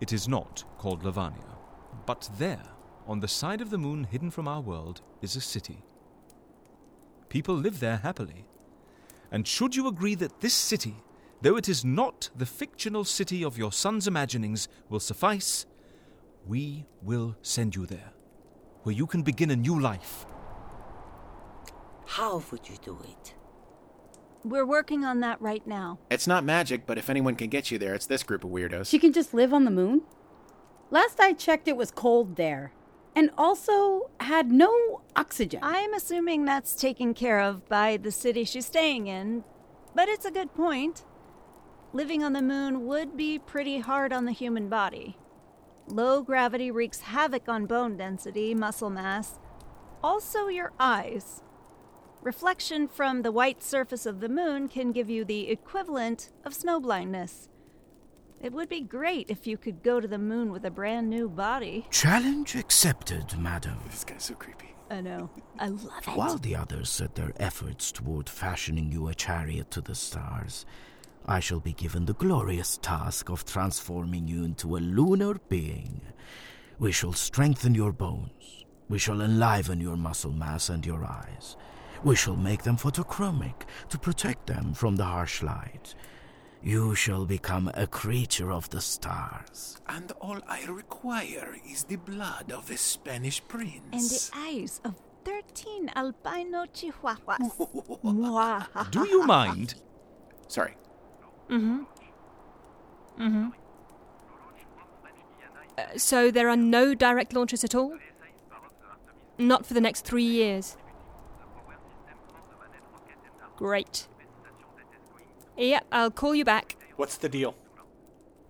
S5: It is not called Lavania, but there, on the side of the moon hidden from our world, is a city. People live there happily. And should you agree that this city, though it is not the fictional city of your son's imaginings, will suffice, we will send you there, where you can begin a new life.
S13: How would you do it?
S11: We're working on that right now.
S7: It's not magic, but if anyone can get you there, it's this group of weirdos.
S8: She can just live on the moon? Last I checked, it was cold there and also had no oxygen.
S11: I'm assuming that's taken care of by the city she's staying in, but it's a good point. Living on the moon would be pretty hard on the human body. Low gravity wreaks havoc on bone density, muscle mass, also your eyes. Reflection from the white surface of the moon can give you the equivalent of snow blindness. It would be great if you could go to the moon with a brand new body.
S3: Challenge accepted, madam.
S7: This guy's so creepy.
S11: I know. I love it.
S3: While the others set their efforts toward fashioning you a chariot to the stars, I shall be given the glorious task of transforming you into a lunar being. We shall strengthen your bones. We shall enliven your muscle mass and your eyes. We shall make them photochromic to protect them from the harsh light. You shall become a creature of the stars.
S7: And all I require is the blood of a Spanish prince.
S11: And the eyes of 13 albino
S5: (laughs)
S11: chihuahuas. Mwah.
S5: Do you mind?
S7: Sorry.
S4: Mm-hmm. Mm-hmm. Uh, so there are no direct launches at all? Not for the next three years. Great. Yeah, I'll call you back.
S14: What's the deal?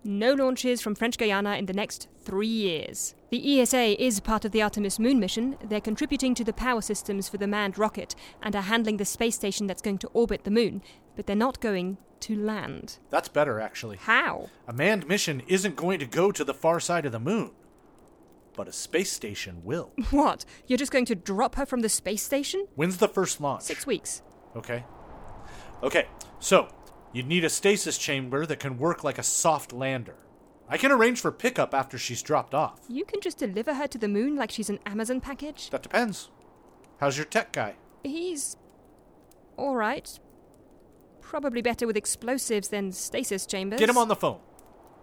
S4: No launches from French Guiana in the next three years. The ESA is part of the Artemis moon mission. They're contributing to the power systems for the manned rocket and are handling the space station that's going to orbit the moon, but they're not going to land.
S12: That's better, actually.
S4: How?
S12: A manned mission isn't going to go to the far side of the moon, but a space station will.
S4: What? You're just going to drop her from the space station?
S12: When's the first launch?
S4: Six weeks.
S12: Okay. Okay, so you'd need a stasis chamber that can work like a soft lander. I can arrange for pickup after she's dropped off.
S4: You can just deliver her to the moon like she's an Amazon package?
S12: That depends. How's your tech guy?
S4: He's. alright. Probably better with explosives than stasis chambers.
S12: Get him on the phone.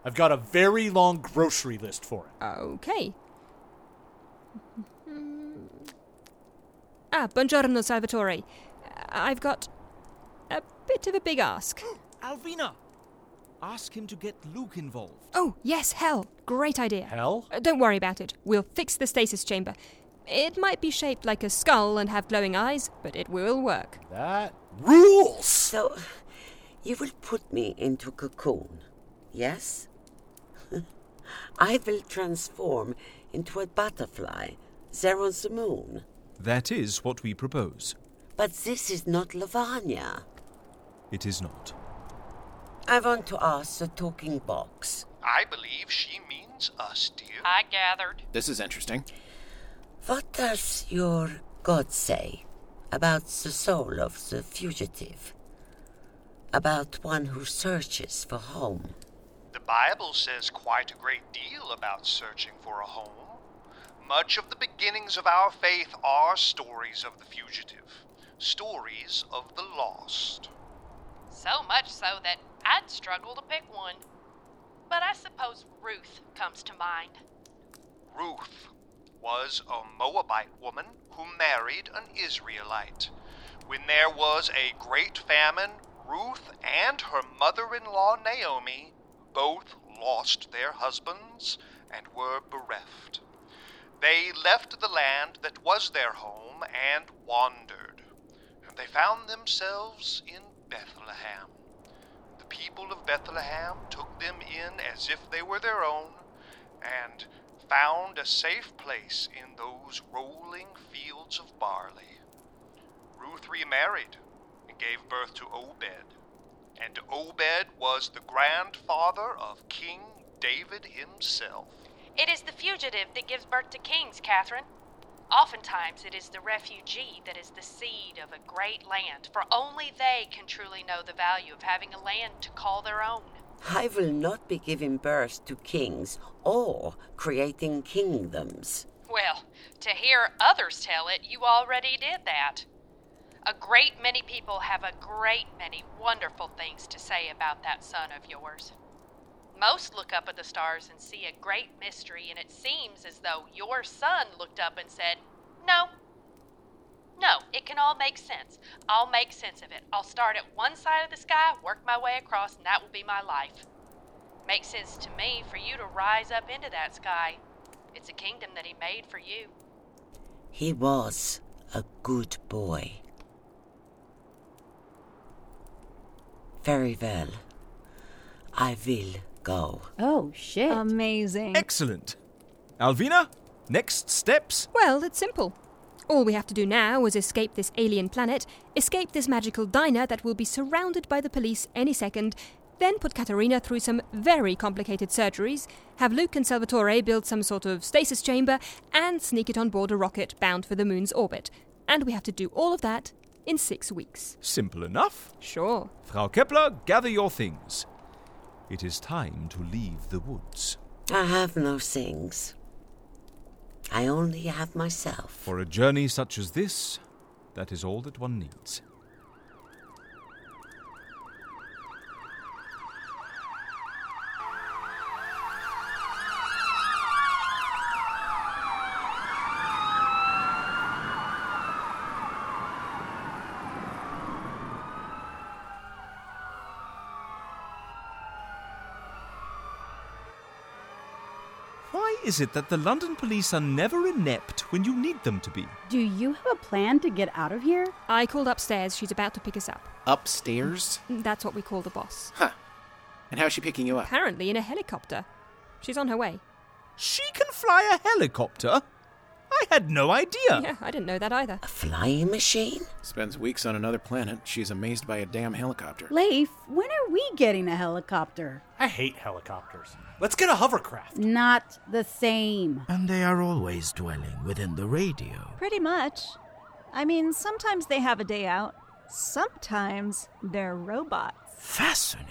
S12: I've got a very long grocery list for him.
S4: Okay. Mm. Ah, buongiorno, Salvatore. I've got a bit of a big ask.
S12: Hmm.
S5: Alvina! Ask him to get Luke involved.
S4: Oh, yes, hell. Great idea.
S12: Hell?
S4: Uh, don't worry about it. We'll fix the stasis chamber. It might be shaped like a skull and have glowing eyes, but it will work.
S12: That rules!
S13: So, you will put me into cocoon, yes? (laughs) I will transform into a butterfly there on the moon.
S5: That is what we propose.
S13: But this is not Lavania.
S5: It is not.
S13: I want to ask the talking box.
S9: I believe she means us, dear.
S10: I gathered.
S7: This is interesting.
S13: What does your god say about the soul of the fugitive? About one who searches for home?
S9: The Bible says quite a great deal about searching for a home. Much of the beginnings of our faith are stories of the fugitive, stories of the lost.
S10: So much so that I'd struggle to pick one. But I suppose Ruth comes to mind.
S9: Ruth was a Moabite woman who married an Israelite. When there was a great famine, Ruth and her mother in law Naomi both lost their husbands and were bereft. They left the land that was their home and wandered, and they found themselves in Bethlehem. The people of Bethlehem took them in as if they were their own and found a safe place in those rolling fields of barley. Ruth remarried and gave birth to Obed, and Obed was the grandfather of King David himself.
S10: It is the fugitive that gives birth to kings, Catherine. Oftentimes, it is the refugee that is the seed of a great land, for only they can truly know the value of having a land to call their own.
S13: I will not be giving birth to kings or creating kingdoms.
S10: Well, to hear others tell it, you already did that. A great many people have a great many wonderful things to say about that son of yours. Most look up at the stars and see a great mystery, and it seems as though your son looked up and said, No. No, it can all make sense. I'll make sense of it. I'll start at one side of the sky, work my way across, and that will be my life. Makes sense to me for you to rise up into that sky. It's a kingdom that he made for you.
S13: He was a good boy. Very well. I will go.
S8: Oh, shit.
S11: Amazing.
S5: Excellent. Alvina, next steps?
S4: Well, it's simple. All we have to do now is escape this alien planet, escape this magical diner that will be surrounded by the police any second, then put Katerina through some very complicated surgeries, have Luke and Salvatore build some sort of stasis chamber, and sneak it on board a rocket bound for the moon's orbit. And we have to do all of that in six weeks.
S5: Simple enough.
S4: Sure.
S5: Frau Kepler, gather your things. It is time to leave the woods.
S13: I have no things. I only have myself.
S5: For a journey such as this, that is all that one needs. Why is it that the London police are never inept when you need them to be?
S8: Do you have a plan to get out of here?
S4: I called upstairs. She's about to pick us up.
S7: Upstairs?
S4: That's what we call the boss.
S7: Huh. And how's she picking you up?
S4: Apparently, in a helicopter. She's on her way.
S5: She can fly a helicopter? I had no idea.
S4: Yeah, I didn't know that either.
S13: Flying machine?
S7: Spends weeks on another planet. She's amazed by a damn helicopter.
S8: Leif, when are we getting a helicopter?
S12: I hate helicopters. Let's get a hovercraft.
S8: Not the same.
S3: And they are always dwelling within the radio.
S11: Pretty much. I mean, sometimes they have a day out, sometimes they're robots.
S3: Fascinating.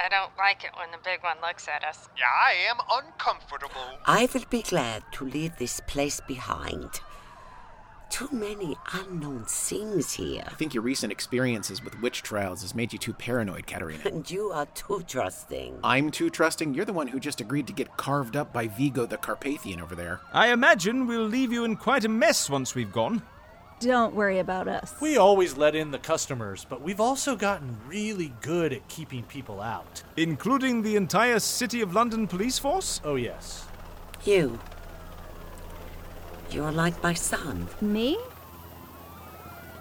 S10: I don't like it when the big one looks at us.
S9: Yeah, I am uncomfortable.
S13: I will be glad to leave this place behind. (laughs) Too many unknown things here.
S7: I think your recent experiences with witch trials has made you too paranoid,
S13: (laughs)
S7: Katerina.
S13: And you are too trusting.
S7: I'm too trusting. You're the one who just agreed to get carved up by Vigo the Carpathian over there.
S5: I imagine we'll leave you in quite a mess once we've gone.
S11: Don't worry about us.
S12: We always let in the customers, but we've also gotten really good at keeping people out.
S5: Including the entire City of London police force?
S12: Oh, yes.
S13: You. You are like my son.
S11: Me?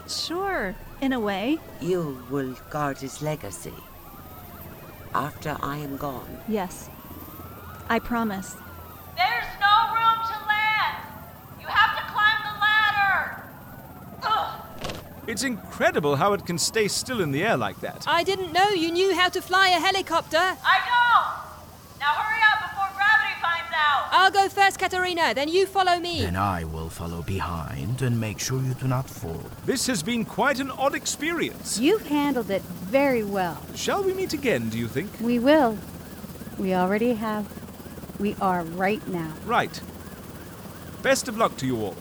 S11: Sure, in a way.
S13: You will guard his legacy. After I am gone.
S11: Yes. I promise.
S10: There's no room to land! You have to climb the ladder! Ugh!
S5: It's incredible how it can stay still in the air like that.
S4: I didn't know you knew how to fly a helicopter.
S10: I don't! Now hurry up before gravity finds out!
S4: I'll go first, Katerina, then you follow me.
S3: Then I will follow behind and make sure you do not fall.
S5: This has been quite an odd experience.
S8: You've handled it very well.
S5: Shall we meet again, do you think?
S8: We will. We already have. We are right now.
S5: Right. Best of luck to you all.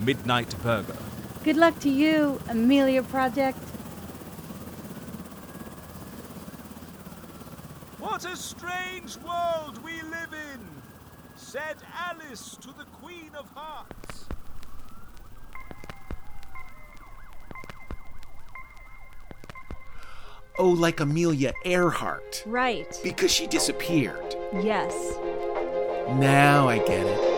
S5: Midnight Burger.
S8: Good luck to you, Amelia Project.
S5: What a strange world we live in, said Alice to the Queen of Hearts.
S7: Oh, like Amelia Earhart.
S11: Right.
S7: Because she disappeared.
S11: Yes.
S7: Now I get it.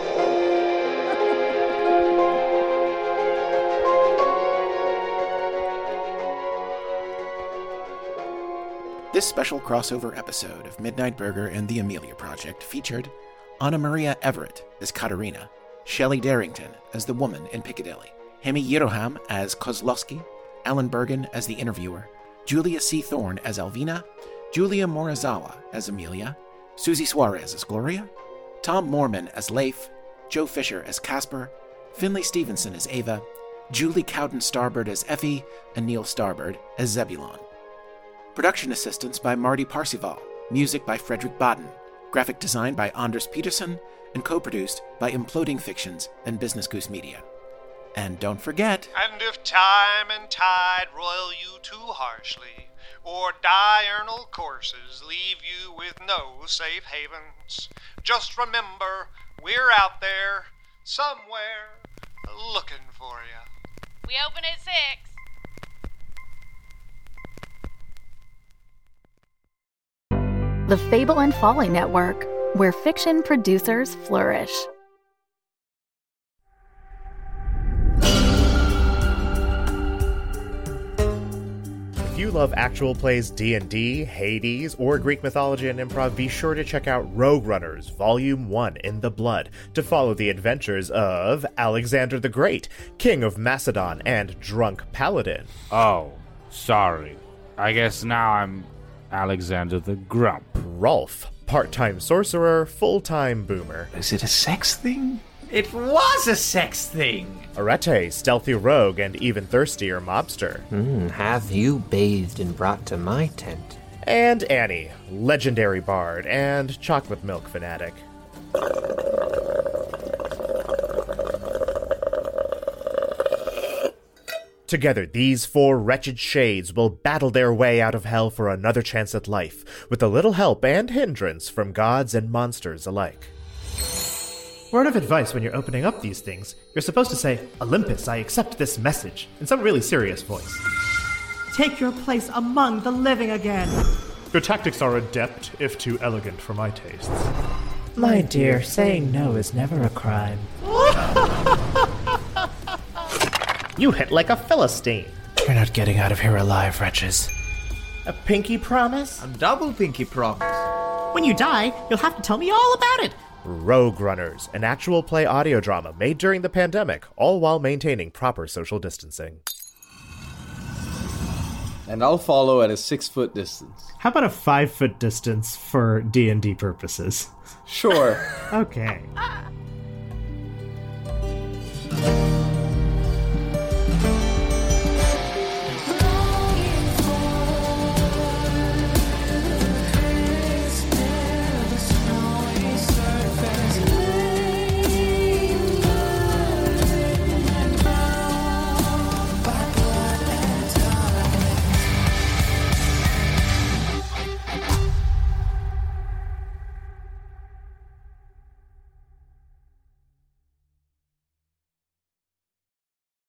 S7: This special crossover episode of Midnight Burger and the Amelia Project featured Anna Maria Everett as Katerina, Shelley Darrington as the woman in Piccadilly, Hemi Yeroham as Kozlowski, Alan Bergen as the interviewer, Julia C. Thorne as Alvina, Julia Morizawa as Amelia, Susie Suarez as Gloria, Tom Mormon as Leif, Joe Fisher as Casper, Finley Stevenson as Ava, Julie Cowden Starbird as Effie, and Neil Starbird as Zebulon. Production assistance by Marty Parsival, music by Frederick Baden, graphic design by Anders Peterson, and co produced by Imploding Fictions and Business Goose Media. And don't forget,
S9: And if time and tide roil you too harshly, or diurnal courses leave you with no safe havens, just remember we're out there, somewhere, looking for you.
S10: We open at 6.
S15: The Fable and Folly Network, where fiction producers flourish.
S14: If you love actual plays D&D, Hades, or Greek mythology and improv, be sure to check out Rogue Runners Volume 1 in the Blood to follow the adventures of Alexander the Great, King of Macedon and Drunk Paladin.
S16: Oh, sorry. I guess now I'm Alexander the Grump.
S14: Rolf, part-time sorcerer, full-time boomer.
S17: Is it a sex thing? It was a sex thing.
S14: Arete, stealthy rogue and even thirstier mobster.
S18: Hmm, have you bathed and brought to my tent?
S14: And Annie, legendary bard and chocolate milk fanatic. Together, these four wretched shades will battle their way out of hell for another chance at life, with a little help and hindrance from gods and monsters alike.
S19: Word of advice when you're opening up these things, you're supposed to say, Olympus, I accept this message, in some really serious voice.
S20: Take your place among the living again.
S19: Your tactics are adept, if too elegant for my tastes.
S21: My dear, saying no is never a crime.
S19: You hit like a Philistine.
S18: You're not getting out of here alive, wretches.
S19: A pinky promise?
S17: I'm double pinky promise.
S19: When you die, you'll have to tell me all about it.
S14: Rogue Runners, an actual play audio drama made during the pandemic, all while maintaining proper social distancing.
S22: and I'll follow at a six foot distance.
S19: How about a five foot distance for D and D purposes?
S22: Sure.
S19: Okay.